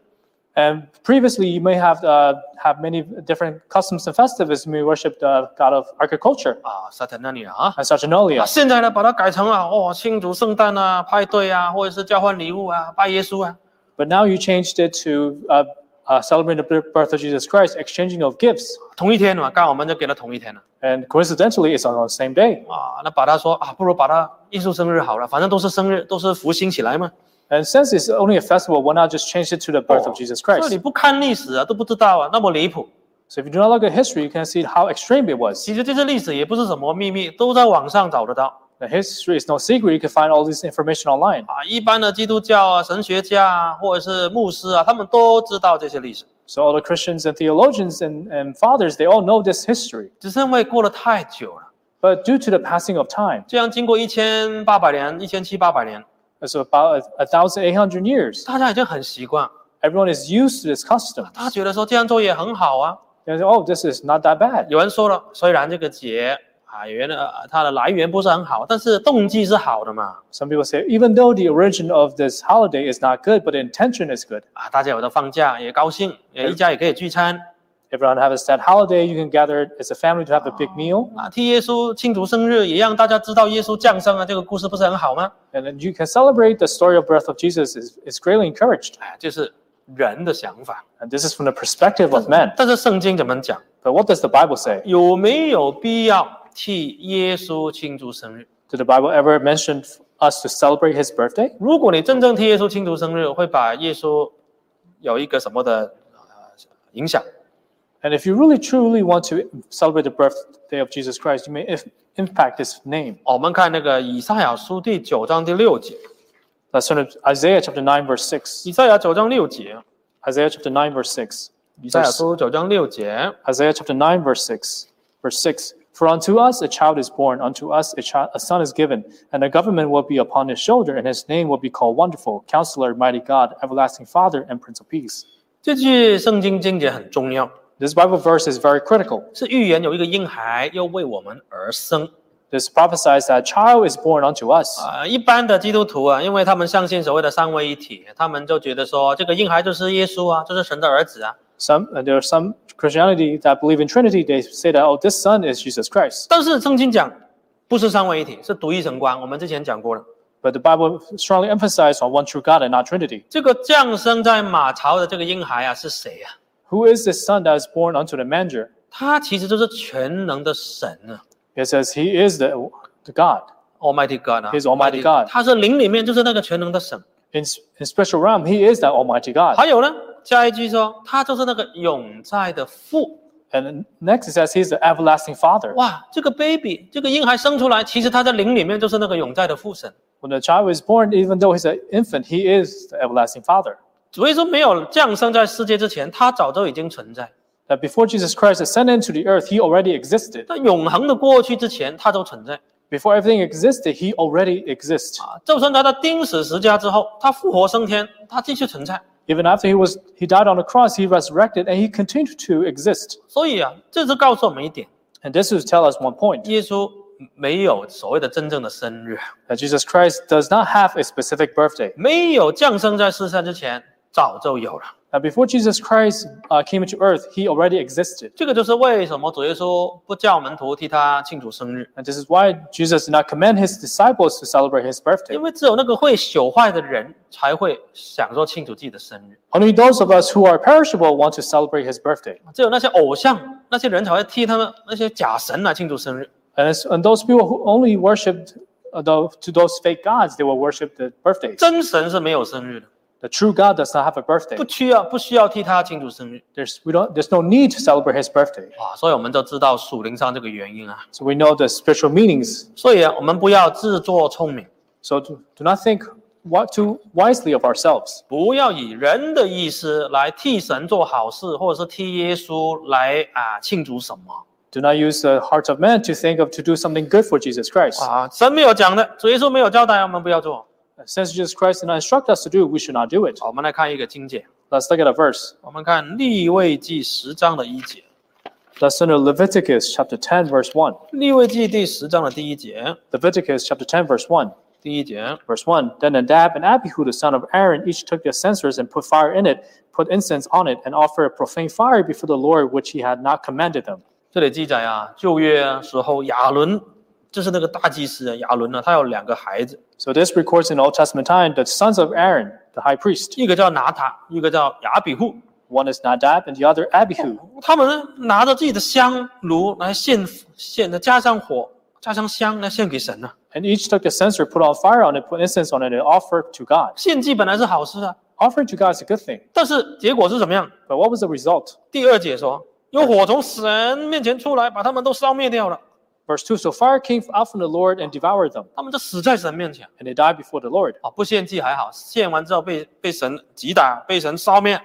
And previously, you may have uh, have many different customs and festivals. You may worship the god of agriculture, 啊，撒旦那里啊。啊，and Saturnalia. 现在呢，把它改成了哦，庆祝圣诞啊、派对啊，或者是交换礼物啊、拜耶稣啊。 But now you changed it to uh, uh, celebrating the birth of Jesus Christ, exchanging of gifts. 同一天嘛，刚好我们就给它同一天了 And coincidentally, it's on the same day. 啊。那把它说啊，不如把它耶稣生日好了，反正都是生日，都是福星起来嘛。 And since it's only a festival, why not just change it to the birth of Jesus 这 Christ? 哦你不看历史啊，都不知道啊，那么离谱。 So if you do not look at history, you can see how extreme it was. 其实这些历史也不是什么秘密，都在网上找得到 Now, history is no secret. You can find all this information online. 啊。一般的基督教啊、神学家啊，或者是牧师啊，他们都知道这些历史， So all the Christians and theologians and, and fathers, they all know this history. 只是因为过了太久了。 But due to the passing of time, 这样经过一千八百年、一千七八百年， so about a 1,800 years, 大家已经很习惯， everyone is used to this custom. 他觉得说这样做也很好啊。 They say, oh, this is not that bad. 有人说了，虽然这个节啊原呃它的来源不是很好，但是动机是好的嘛。 Some people say, even though the origin of this 啊 holiday is not good, but the intention is good. 啊，大家有的放假也高兴，也一家也可以聚餐。 everyone have a sad holiday. You can gather as a family to have a big meal. 啊，替耶稣庆祝生日，也让大家知道耶稣降生啊，这个故事不是很好吗？ And then you can celebrate the story of birth of Jesus is, is greatly encouraged. 哎，就是人的想法。 And this is from the perspective of man. 但是圣经怎么讲？ But what does the Bible say? 有没有必要替耶稣庆祝生日？ Did the Bible ever mention us to celebrate his birthday? 如果你真正替耶稣庆祝生日，会把耶稣有一个什么的呃影响？ And if you really truly want to celebrate the birthday of Jesus Christ, you may if, impact his name. 哦我们看那个以赛亚书第九章第六节， Let's turn to Isaiah chapter 9, verse 6. 以赛亚九章六节， Isaiah chapter 9, verse 6. 以赛亚书九章六节， Isaiah chapter 9, verse 6. Verse 6 For unto us a child is born, unto us a, child, a son is given, and the government will be upon his shoulder, and his name will be called Wonderful, Counselor, Mighty God, Everlasting Father, and Prince of Peace. 这句圣经经节很重要， This Bible verse is very critical. 是预言有一个婴孩要为我们而生。 This prophesies that a child is born unto us. 啊，一般的基督徒啊，因为他们相信所谓的三位一体，他们就觉得说这个婴孩就是耶稣啊，就是神的儿子啊。 Some uh, there are some Christianity that believe in Trinity. They say that oh, this son is Jesus Christ. 但是圣经讲不是三位一体，是独一神光。我们之前讲过了， But the Bible strongly emphasizes on one true God and not Trinity. 这个降生在马槽的这个婴孩啊是谁啊？ Who is this son that is born unto the manger? 他其实就是全能的神啊 It says he is the, the God. ，Almighty God 啊 He's Almighty God 他是灵里面就是那个全能的神。 In, s- in special realm, he is that Almighty God. 还有呢，下一句说他就是那个永在的父。 And then next it says he's the everlasting Father. 哇，这个 baby 这个婴孩生出来，其实他在灵里面就是那个永在的父神。 When the child is born, even though he's an infant, he is the everlasting Father. 所以说，没有降生在世界之前，他早就已经存在。 That before Jesus Christ ascended into the earth, he already existed. 在永恒的过去之前，他就存在 Before everything existed, he already exists. 啊！就算他在钉死十架之后，他复活升天，他继续存在。 Even after he was he died on the cross, he resurrected and he continued to exist. 所以啊，这是告诉我们一点： And this is tell us one point 耶稣没有所谓的真正的生日， that Jesus Christ does not have a specific birthday. 没有降生在世上之前，早就有了。 Now, before Jesus Christ uh, came into earth, he already existed. 这个就是为什么主耶稣不叫门徒替他庆祝生日， And this is why Jesus did not command his disciples to celebrate his birthday. 因为只有那个会朽坏的人才会想说庆祝自己的生日， Only those of us who are perishable want to celebrate his birthday. 只有那些偶像那些人才会替他们那些假神来庆祝生日。 And, it's, and those people who only worshiped uh, tho- to those fake gods, they will worship the birthdays. 真神是没有生日的， The true God does not have a birthday. 不需要不需要替他庆祝生日 There's, we don't, there's no need to celebrate his birthday. 啊，所以我们就知道属灵上这个原因啊。 So we know the spiritual meanings. 所以啊，我们不要自作聪明， So do, do not think what too wisely of ourselves. 不要以人的意思来替神做好事，或者是替耶稣来啊庆祝什么 Do not use the hearts of men to think of to do something good for Jesus Christ. 啊？神没有讲的，主耶稣没有交代，我们不要做。 Since Jesus Christ did not instruct us to do, we should not do it. 好我们来看一个经节， Let's look at a verse. 我们看立位记十章的一节， Let's turn to Leviticus chapter 10, verse 1. 立位记第十章的第一节， Leviticus chapter 10, verse 1. 第一节， Verse 1 Then Nadab and Abihu, the son of Aaron, each took their censers and put fire in it, put incense on it, and offered a profane fire before the Lord, which he had not commanded them. 这里记载啊，旧约时候亚伦就是那个大祭司啊亚伦呢、他有两个孩子， So this records in Old Testament time the sons of Aaron, the high priest. 一个叫拿塔，一个叫雅比户， One is Nadab and the other Abihu. 他们呢拿着自己的香炉来献献的，加上火，加上香来献给神啊呢、 And each took the censer, put on fire on it, put incense on it, and offered to God. 献祭本来是好事啊， Offering to God is a good thing. 但是结果是怎么样？ But what was the result? 第二节说，有火从神面前出来，把他们都烧灭掉了， Verse 2 So fire came out from the Lord and devoured them, 他们就死在神面前。 and they died before the Lord. 啊，不献祭还好，献完之后被被神击打，被神烧灭，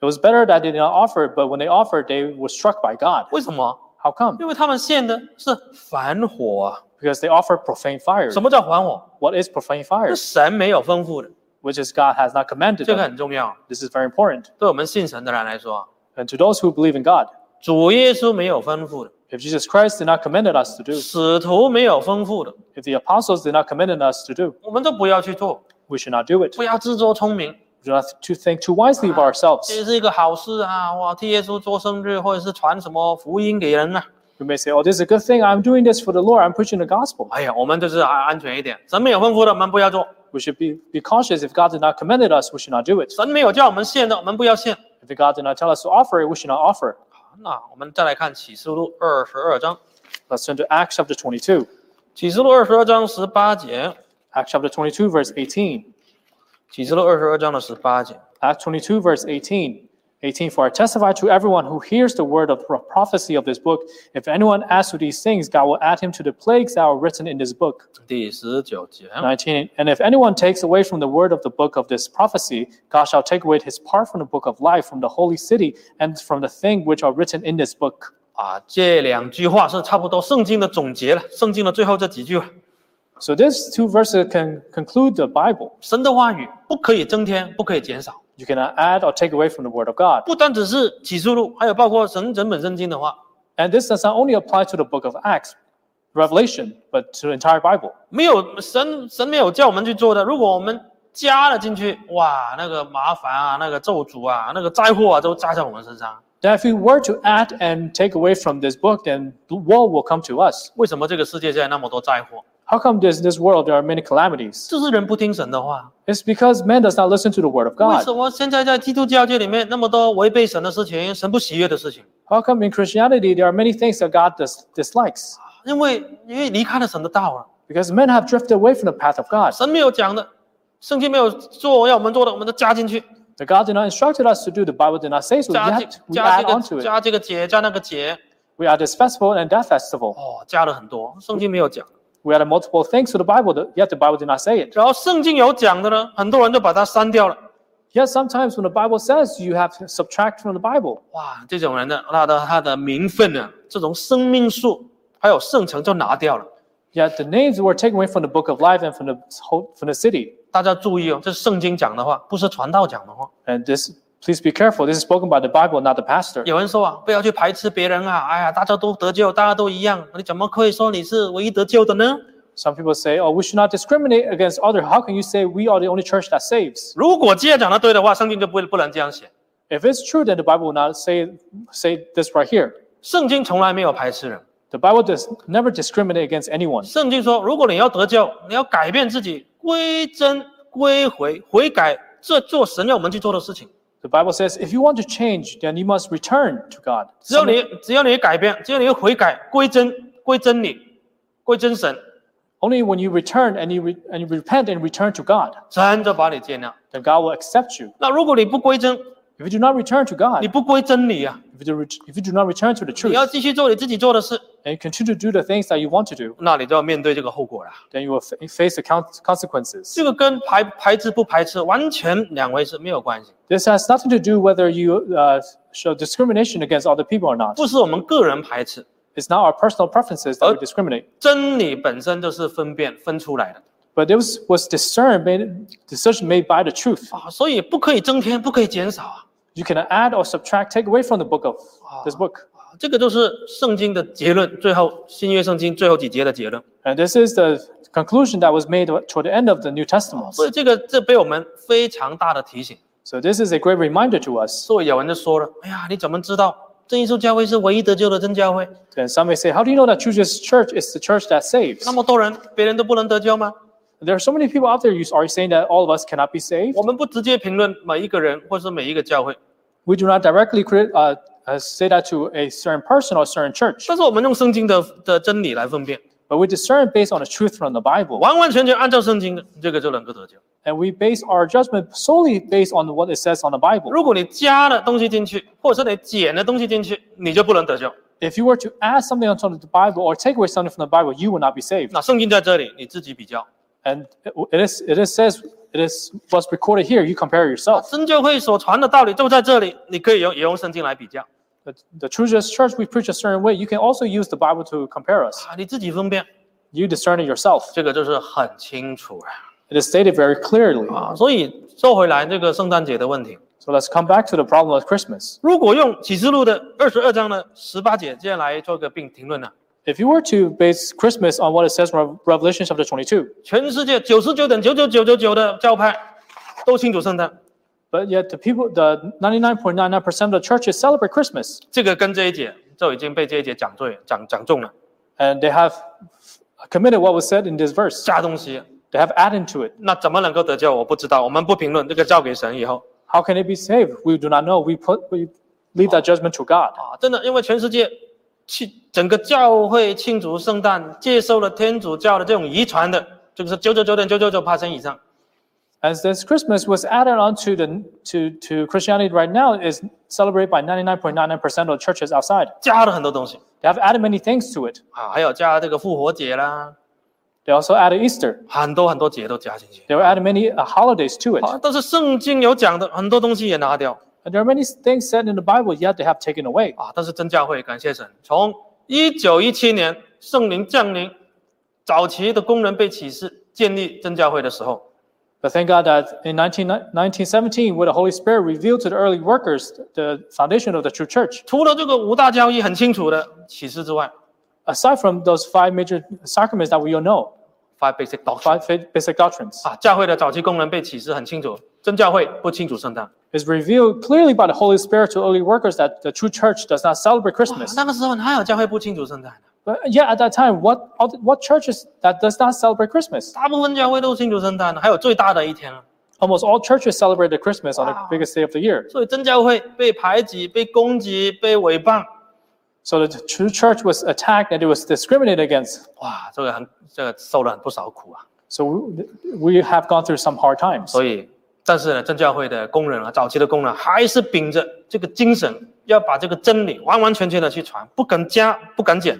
It was better that they did not offer, but when they offered, they were struck by God. 为什么？ How come? 因为他们献的是凡火啊。 Because they offered profane fire. 什么叫凡火？ What is profane fire? 是神没有吩咐的， Which is God has not commanded 这个 them. 很重要。 This is very important. 对我们信神的人来说， And to those who believe in God, 主耶稣没有吩咐的， if Jesus Christ did not commanded us to do, 使徒没有吩咐的， if the apostles did not commanded us to do, 我们都不要去做， we should not do it. 不要自作聪明， We do not to think too wisely of ourselves. 这是一个好事啊！哇，替耶稣做生日，或者是传什么福音给人呐、啊 We may say, oh, this is a good thing. I'm doing this for the Lord. I'm preaching the gospel. 哎呀，我们就是安安全一点，神没有吩咐的，我们不要做； We should be, be cautious. If God did not command it us, we should not do it. 神没有叫我们献的，我们不要献。 If God did not tell us to offer it, we should not offer it. 那我们再来看启示录二十二章， Let's turn to Acts chapter 22. 启示录二十二章十八节， Acts chapter 22, verse 18. 启示录二十二章的十八节， Acts 22, verse 18. 18 For I testify to everyone who hears the word of pro- prophecy of this book, if anyone asks you these things, God will add him to the plagues that are written in this book. 第十九节， 19 And if anyone takes away from the word of the book of this prophecy, God shall take away his part from the book of life, from the holy city, and from the thing which are written in this book. 啊，这两句话是差不多圣经的总结了，圣经的最后这几句了。 So these two verses can conclude the Bible. 神的话语不可以增添，不可以减少， You cannot add or take away from the word of God. 不单只是启示录，还有包括神整本圣经的话， And this does not only apply to the book of Acts, Revelation, but to the entire Bible. 没有神神没有叫我们去做的。如果我们加了进去，哇，那个麻烦啊，那个咒诅啊，那个灾祸啊，都加在我们身上。 That if we were to add and take away from this book, then the woe will come to us. 为什么这个世界现在那么多灾祸？ How come this, this world there are many calamities? 就是人不听神的话。 It's because man does not listen to the word of 为 God. 什么现在在基督教界里面那么多违背神的事情、神不喜悦的事情？ How come in Christianity there are many things that God dis- dislikes? 因为因为离开了神的道了， Because men have drifted away from the path of God. 神没有讲的，圣经没有做要我们做的，我们都加进去， The God did not instructed us to do, the Bible did not say so. We, 加这 have to- we 加 add 这 onto 个 it. 加这个节，加那个节， We had this festival and that festival. 哦，加了很多，圣经没有讲。 We had multiple things to the Bible, yet the Bible did not say it. 然后圣经有讲的呢，很多人就把它删掉了。 Yet sometimes when the Bible says you have to subtract from the Bible, 哇，这种人呢，他的他的名分呢，这种生命树还有圣城就拿掉了。 Yet the names were taken away from the book of life and from the whole, from the city. 大家注意哦，这是圣经讲的话，不是传道讲的哦话。 And this, please be careful. This is spoken by the Bible, not the pastor. 有人说啊，不要去排斥别人啊，哎呀，大家都得救，大家都一样，你怎么可以说你是唯一得救的呢？ Some people say, "Oh, we should not discriminate against other." How can you say we are the only church that saves? 如果这样讲的对的话，圣经就不不能这样写。 If it's true, then the Bible will not say say this right here. 圣经从来没有排斥人， The Bible does never discriminate against anyone. 圣经说，如果你要得救，你要改变自己，归真归回，悔改，这做神要我们去做的事情。 The Bible says, if you want to change, then you must return to God. 只要 Some- 你只要你改变，只要你悔改归真归真理归真神， only when you return and you re- and you repent and return to God, 神就把你接纳。 then God will accept you. 那如果你不归真， If you do not return to God, 你不归真理啊， if you do, re- if you do not return to 你 the truth, 要继续做你自己做的事， and you continue to do the things that you want to do, 那你就要面对这个后果了。 then you will fa- face the con- consequences. 这个跟排排斥不排斥完全两回事，没有关系， This has nothing to do whether you uh, show discrimination against other people or not. 不是我们个人排斥， It's not our personal preferences that we discriminate. 真理本身就是分辨分出来的 But it was, was discerned, made, decision made by the truth. 啊，所以不可以增添，不可以减少啊， You can add or subtract, take away from the book of this book. 啊这个就是圣经的结论。最后新约圣经最后几节的结论， And this is the conclusion that was made toward the end of the New Testament. 所以这个这被我们非常大的提醒。 So this is a great reminder to us. 所以有人就说了：“哎呀，你怎么知道真耶稣教会是唯一得救的真教会？ And some may say, how do you know that Jesus church is the church that saves? 那么多人，别人都不能得救吗 There are so many people out there who are saying that all of us cannot be？”saved. 我们不直接评论每一个人或是每一个教会， We do not directly crit- uh, uh, say that to a certain person or a certain church, 但是我们用圣经的的真理来分辨， but we discern based on the truth from the Bible, 完完全全按照圣经的，这个就能够得救。 and we base our judgment solely based on what it says on the Bible. 如果你加了东西进去，或者是你减了东西进去，你就不能得救。 If you were to add something onto the Bible or take away something from the Bible, you will not be saved. 那圣经在这里，你自己比较。 And it it is it is says it is what's recorded here. You compare yourself. 真教会所传的道理就在这里，你可以用也用圣经来比较 The, the true Jesus church we preach a certain way. You can also use the Bible to compare us. 啊，你自己分辨， You discern it yourself. 这个就是很清楚了 It is stated very clearly. 啊。所以说回来这个圣诞节的问题， So let's come back to the problem of Christmas. 如果用启示录的二十二章的十八节接下来做个并评论啊呢、 If you were to base Christmas on what it says in Rev- Revelation chapter 22, 全世界九十九点九九九九九的教派都庆祝圣诞， But yet the people, the 99.99% of the churches celebrate Christmas 这个跟这一节就已经被这一节讲对讲讲中了， and they have committed what was said in this verse. 加东西。 They have added to it. 那怎么能够得救？我不知道，我们不评论，这个交给神以后 How can they be saved? We do not know. We put we leave that judgment to God. 啊，真的，因为全世界庆整个教会庆祝圣诞，接受了天主教的这种遗传的，就是九九九点九九九八以上。 As this Christmas was added on to the to, to Christianity right now is celebrated by 99.99% of the churches outside. 加了很多东西 They have added many things to it. 啊，还有加这个复活节啦， They also added Easter. 很多很多节都加进去。 They were added many uh, holidays to it. 啊，但是圣经有讲的很多东西也拿掉 And there are many things said in the Bible yet they have taken away. 啊，但是真教会感谢神，从一九一七年圣灵降临，早期的工人被启示建立真教会的时候， But thank God that in 19, 1917, with the Holy Spirit revealed to the early workers the foundation of the true church. 除了这个五大教义很清楚的启示之外 Aside from those five major sacraments that we all know, ，Five Basic Doctrine five fa- basic doctrines, 啊，教会的早期工人被启示很清楚，真教会不清楚圣诞。 is revealed clearly by the Holy Spirit to early workers that the true church does not celebrate 啊 Christmas. 那个时候哪有教会不清楚圣诞？ But yeah, at that time, what other- what churches that does not celebrate Christmas? 大部分教会都清楚圣诞，还有最大的一天啊。 Almost all churches celebrated Christmas on the Wow. biggest day of the year. 所以真教会被排挤、被攻击、被诽谤， So the true church was attacked and it was discriminated against. 哇，这个很这个受了很不少苦啊。 So we, we have gone through some hard titimes. 所以，但是呢，真教会的工人啊，早期的工人还是秉着这个精神，要把这个真理完完全全的去传，不敢加，不敢减。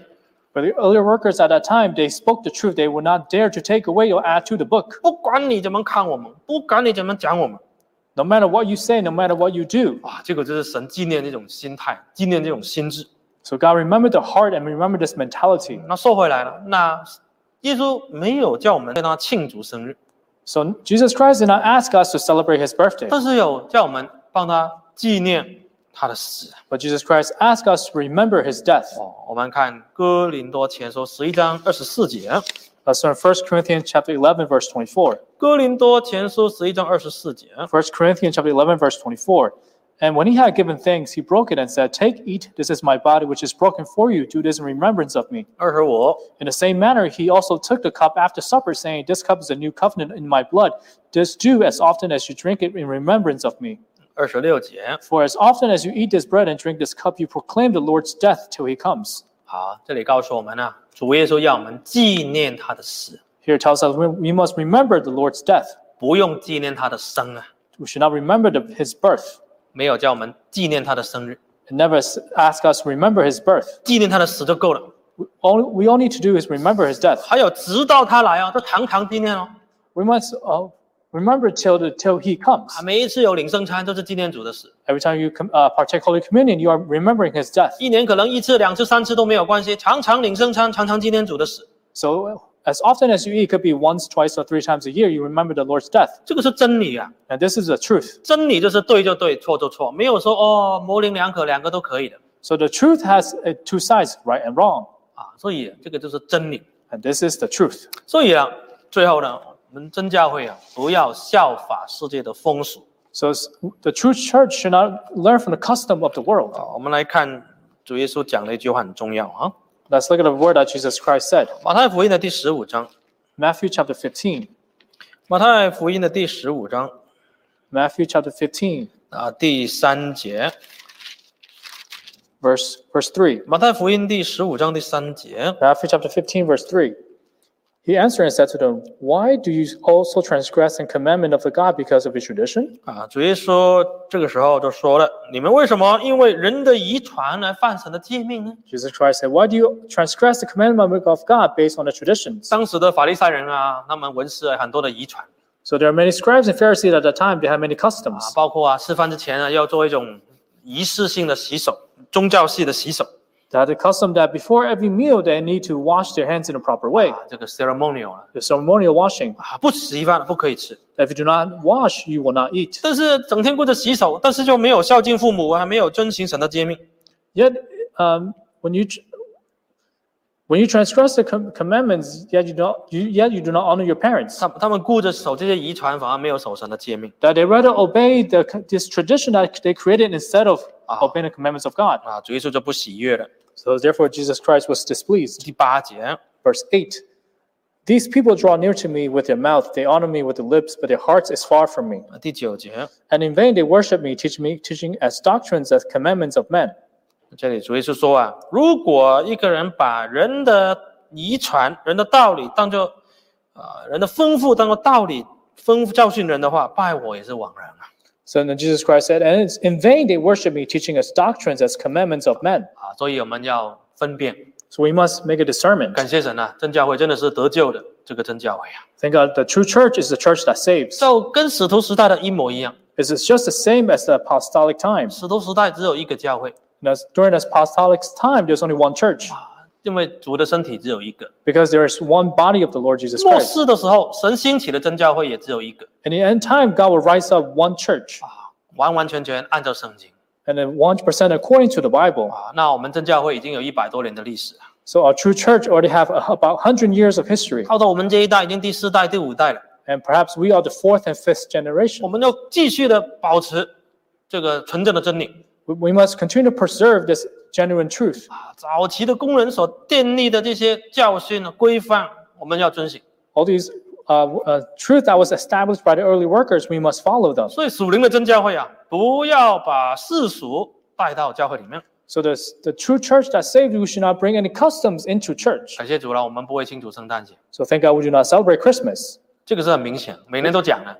But the earlier workers at that time, they spoke the truth. They would not dare to take away or add to the book. 不管你怎么看我们，不管你怎么讲我们， No matter what you say, no matter what you do. 哇，这个就是神纪念这种心态，纪念这种心智。 So God remembered the heart and remembered this mentality. 那说回来了，那耶稣没有叫我们对他庆祝生日， So Jesus Christ did not ask us to celebrate his birthday, 但是有叫我们帮他纪念他的死。 but Jesus Christ asked us to remember his death. 哦，我们看哥林多前书十一章二十四节， That's from 1 Corinthians chapter 11, verse 24. 哥林多前书十一章二十四节， 1 Corinthians chapter 11, verse 24. And when he had given thanks, he broke it and said, Take, eat, this is my body, which is broken for you. Do this in remembrance of me. 二十五 In the same manner, he also took the cup after supper, saying, This cup is a new covenant in my blood. This do as often as you drink it in remembrance of me. 二十六节。 For as often as you eat this bread and drink this cup, you proclaim the Lord's death till he comes. 好，这里告诉我们呢、主耶稣要我们纪念他的死， Here it tells us we- we must remember the Lord's death. 不用纪念他的生啊， We should not remember the, his birth. 没有叫我们纪念他的生日， And never s- ask us to remember his birth. 纪念他的死就够了。 We- All we all need to do is remember his death. 还有，直到他来啊，这堂堂纪念哦。 We must uh, remember till the, till he comes. 啊，每一次有领圣餐都是纪念主的死， Every time you com- uh, partake Holy Communion, you are remembering his death. 一年可能一次、两次、三次都没有关系，常常领圣餐，常常纪念主的死， So as often as you eat, could be once, twice, or three times a year, you remember the Lord's death. 这个是真理啊。 And this is the truth. 真理就是对就对，错就错，没有说哦模棱两可，两个都可以的 So the truth has uh, two sides, right and wrong. 啊。所以这个就是真理。 And this is the truth. 所以啊，最后呢，我们真教会啊，不要效法世界的风俗 So s- the true church should not learn from the custom of the world. 啊。我们来看主耶稣讲的一句话很重要啊， Let's look at the word that Jesus Christ said. 《马太福音》的第十五章，《 Matthew chapter 15. 马太福音》的第十五章 Matthew chapter 15, 啊第三节，《 verse verse 3. 马太福音》第十五章第三节。 Matthew chapter 15, verse 3. He answered and said to them, Why do you also transgress the commandment of the God because of your tradition? 啊，主耶稣这个时候就说了：“你们为什么因为人的遗传来犯神的诫命呢 Jesus Christ said, Why do you transgress the commandment of God based on the？”traditions? 当时的法利赛人啊，他们文士啊，很多的遗传 So there are many scribes and Pharisees at that time, they had many 啊 customs. 包括啊吃饭之前啊要做一种仪式性的洗手，宗教系的洗手 They had the custom that before every meal they need to wash their hands in a proper way. 啊，这个 ceremonial 啊， The ceremonial washing. 啊不洗饭不可以吃。 If you do not wash, you will not eat. 但是整天顾着洗手，但是就没有孝敬父母啊，没有遵行神的诫命 Yet, um, when you When you transgress the com- commandments, yet you don't, you, yet you do not honor your parents. 他他们顾着守这些遗传，反而没有守神的诫命 That they rather obey the, co- this tradition that they created instead of obeying the commandments of God. 啊，主耶稣就不喜悦了。 So therefore, Jesus Christ was displeased. 第八节， Verse 8 These people draw near to me with their mouth, they honor me with their lips, but their hearts is far from me. 啊第九节， And in vain they worship me, teaching me, teaching as doctrines, as commandments of men. 这里主耶稣说啊，如果一个人把人的遗传、人的道理当做啊、人的丰富当做道理，丰富教训人的话，拜我也是枉然啊！ So then Jesus Christ said, And it's in vain they worship me, teaching us doctrines as commandments of men. 啊，所以我们要分辨。 So we must make a discernment. 感谢神啊，真教会真的是得救的这个真教会啊， Thank God the true church is the church that saves. 就跟使徒时代的一模一样。 It's it's just the same as the apostolic times. 使徒时代只有一个教会， Now, during the apostolic time, there's only one church 因为主的身体只有一个。 because there is one body of the Lord Jesus 末 Christ. 世的时候，神兴起的真教会也只有一个 In the end time, God will rise up one church 啊，完完全全按照圣经 and then 1% according to the Bible. 啊。那我们真教会已经有一百多年的历史了， So our true church already have uh, about 100 years of history. 靠到我们这一代已经第四代、第五代了， And perhaps we are the fourth and fifth 我 generation. 们要继续的保持这个纯正的真理 We- We must continue to preserve this genuine truth. 啊。早期的工人所建立的这些教训规范，我们要遵循。 All these uh, uh, truth that was established by the early workers, we must follow them. 所以属灵的真教会啊，不要把世俗带到教会里面。 So this, the true church that saved, we should not bring any customs into church. 感谢主了，我们不会庆祝圣诞节， So thank God we do not celebrate Christmas. 这个是很明显，每年都讲的。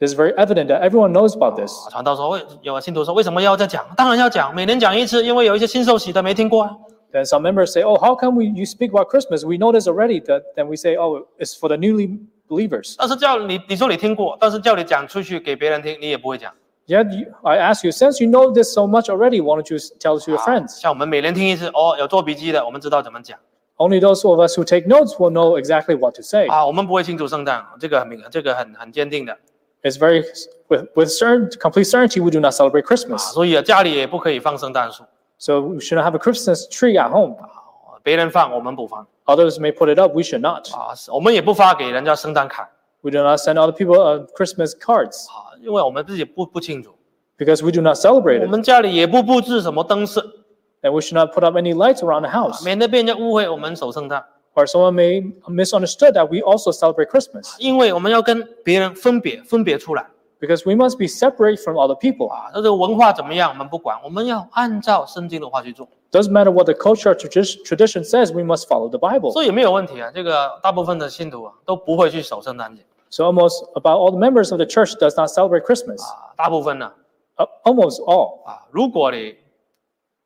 This is very evident that everyone knows about this. 传道说为有啊信徒说为什么要再讲？当然要讲，每年讲一次，因为有一些新受洗的没听过啊。 Then some members say, "Oh, how come we, you speak about Christmas? We know this already." That then we say, "Oh, it's for the newly believers." 但是叫你你说你听过，但是叫你讲出去给别人听，你也不会讲。 Yet you, I ask you, since you know this so much already, why don't you s- tell it to your 啊 friends? 像我们每年听一次，哦，有做笔记的，我们知道怎么讲 Only those of us who take notes will know exactly what to say. 啊。我们不会庆祝圣诞，这个很明，这个很很坚定的啊。 It's very with, with certain complete certainty we do not celebrate Christmas. 所以啊，家里也不可以放圣诞树，啊 So we shouldn't have a Christmas tree at home. 别人放我们不放 Others may put it up, we should not. 啊，我们也不发给人家圣诞卡 We do not send other people uh, Christmas cards 啊，因为我们自己不不清楚， because we do not celebrate 我 it. 们家里也不布置什么灯饰，啊 And we should not put up any lights around the house. 免得被人家误会我们守圣诞。 Or someone may misunderstood that we also celebrate Christmas 因为我们要跟别人分别分别出来 because we must be separate from other people. 啊。那这个文化怎么样，我们不管，我们要按照圣经的话去做， Doesn't matter what the culture or tradi- tradition says, we must follow the Bible. 所以也没有问题啊。这个大部分的信徒啊都不会去守圣诞节 So almost about all the members of the church does not celebrate Christmas. 啊，大部分呢 Uh, almost all. 啊，如果你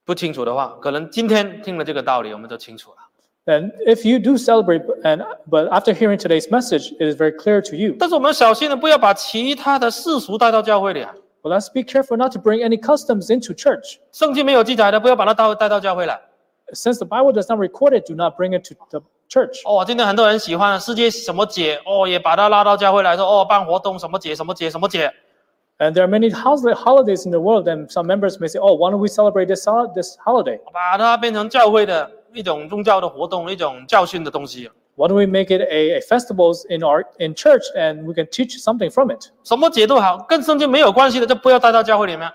不清楚的话，可能今天听了这个道理，我们就清楚了。 And if you do celebrate, and but after hearing today's message, it is very clear to you. 但是我们小心的不要把其他的世俗带到教会里啊。 Well, let's be careful not to bring any customs into church. 圣经没有记载的，不要把它带带到教会来。 Since the Bible does not record it, do not bring it to the church. 哦，今天很多人喜欢世界什么节，哦，也把它拉到教会来说，哦，办活动什么节什么节什么节， And there are many hous- holidays in the world, and some members may say, "Oh, why don't we celebrate this hol- this holiday? 把它变成教会的一种宗教的活动，一种教训的东西。 Why don't we make it a, a festivals in our in church, and we can teach something from it?" 什么节都好，跟圣经没有关系的，就不要带到教会里面。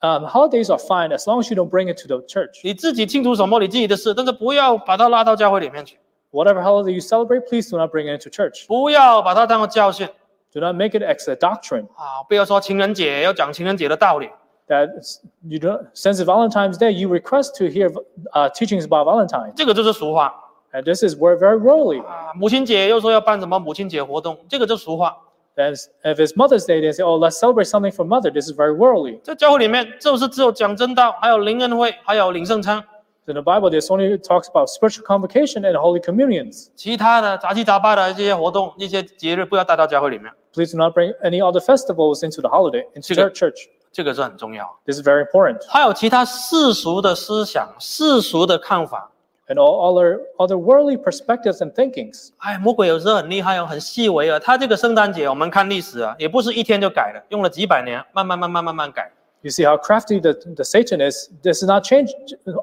Um, holidays are fine as long as you don't bring it to the church. 你自己清楚什么你自己的事，但是不要把它拉到教会里面去， Whatever holiday you celebrate, please do not bring it into church. 不要把它当做教训 Do not make it as a doctrine 啊！不要说情人节要讲情人节的道理 that s- you don't. Since it's Valentine's Day, you request to hear uh, teachings about Valentine, 这个就是俗话 and this is where very worldly. 啊。母亲节又说要办什么母亲节活动，这个就俗话。 Then s- if it's Mother's Day, they say, "Oh, let's celebrate something for Mother." This is very worldly. 在教会里面就是只有讲真道，还有灵恩会，还有领圣餐， In the Bible, this only talks about spiritual convocation and holy communions. 其他的杂七杂八的这些活动、这些节日不要带到教会里面， Please do not bring any other festivals into the holiday into Sure. our church. 这个是很重要。 This is very important. 还有其他世俗的思想、世俗的看法。 And all other other worldly perspectives and thinkings. 哎，魔鬼有时候很厉害哦，很细微啊。他这个圣诞节，我们看历史啊，也不是一天就改的，用了几百年，慢慢慢慢慢慢改。 You see how crafty the, the Satan is. This is not changed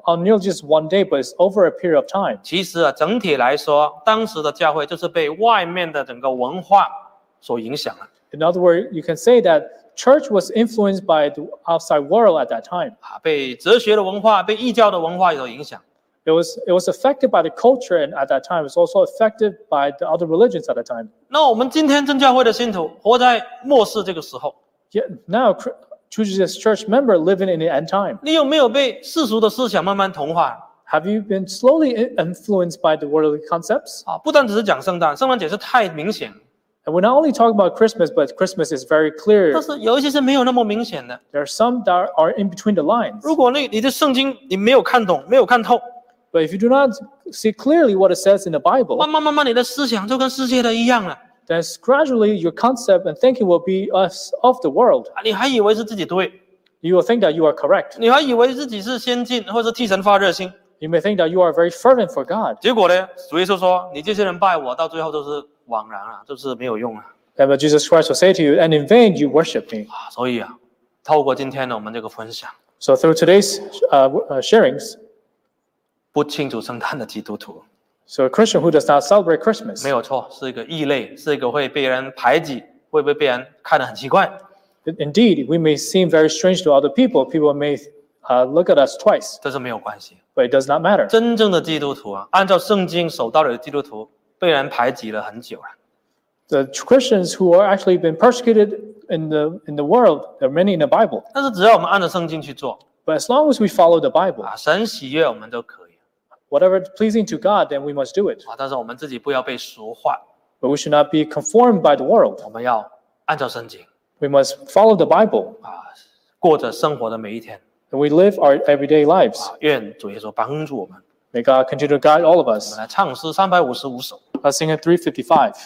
on nearly just one day, but it's over a period of time. 其实啊，整体来说，当时的教会就是被外面的整个文化所影响了 In other words, you can say that church was influenced by the outside world at that time. 啊，被哲学的文化、被异教的文化所影响。 It was it was affected by the culture and at that time. It's also affected by the other religions at that time. 那我们今天真教会的信徒活在末世这个时候， Yet now, Chr- true Jesus church member living in the end time. 你有没有被世俗的思想慢慢同化 Have you been slowly i- influenced by the worldly concepts? 啊？不单只是讲圣诞，圣诞节是太明显， And we're not only talking about Christmas, but Christmas is very clear. 但是有一些是没有那么明显的。 There are some that are in between the lines. 如果你你的圣经你没有看懂、没有看透， But if you do not see clearly what it says in the 慢 Bible, 慢慢慢你的思想就跟世界的一样了 then gradually your concept and thinking will be us of the world. 啊！你还以为是自己对， You will think that you are correct. 你还以为自己是先进或者是替神发热心， You may think that you are very fervent for God. 结果呢，主耶稣说你这些人拜我，到最后都是枉然啊，就是没有用啊 And but Jesus Christ will say to you, and in vain you worship me. 啊！所以啊，透过今天的我们这个分享， So through today's uh, w- uh, sharings, 不清楚圣诞的基督徒 so a Christian who does not celebrate Christmas, 没有错，是一个异类，是一个会被人排挤，会被被人看得很奇怪。 indeed, we may seem very strange to other people. People may uh, look at us twice, 这是没有关系， but it does not matter. 真正的基督徒啊，按照圣经守道理的基督徒，被人排挤了很久了。 The Christians who are actually been persecuted in the in the world, there are many in the Bible. 但是只要我们按照圣经去做 But as long as we follow the Bible, 啊，神喜悦我们都可以 whatever is pleasing to God, then we must do it. 啊。但是我们自己不要被俗化， But we should not be conformed by the 我 world. 们要按照圣经 We must follow the Bible, 啊，过着生活的每一天。 and we live our everyday lives. 愿主耶稣帮助我们， May God continue to guide all of 我 us. 们来唱诗三百五十五首。 Let's sing at 355.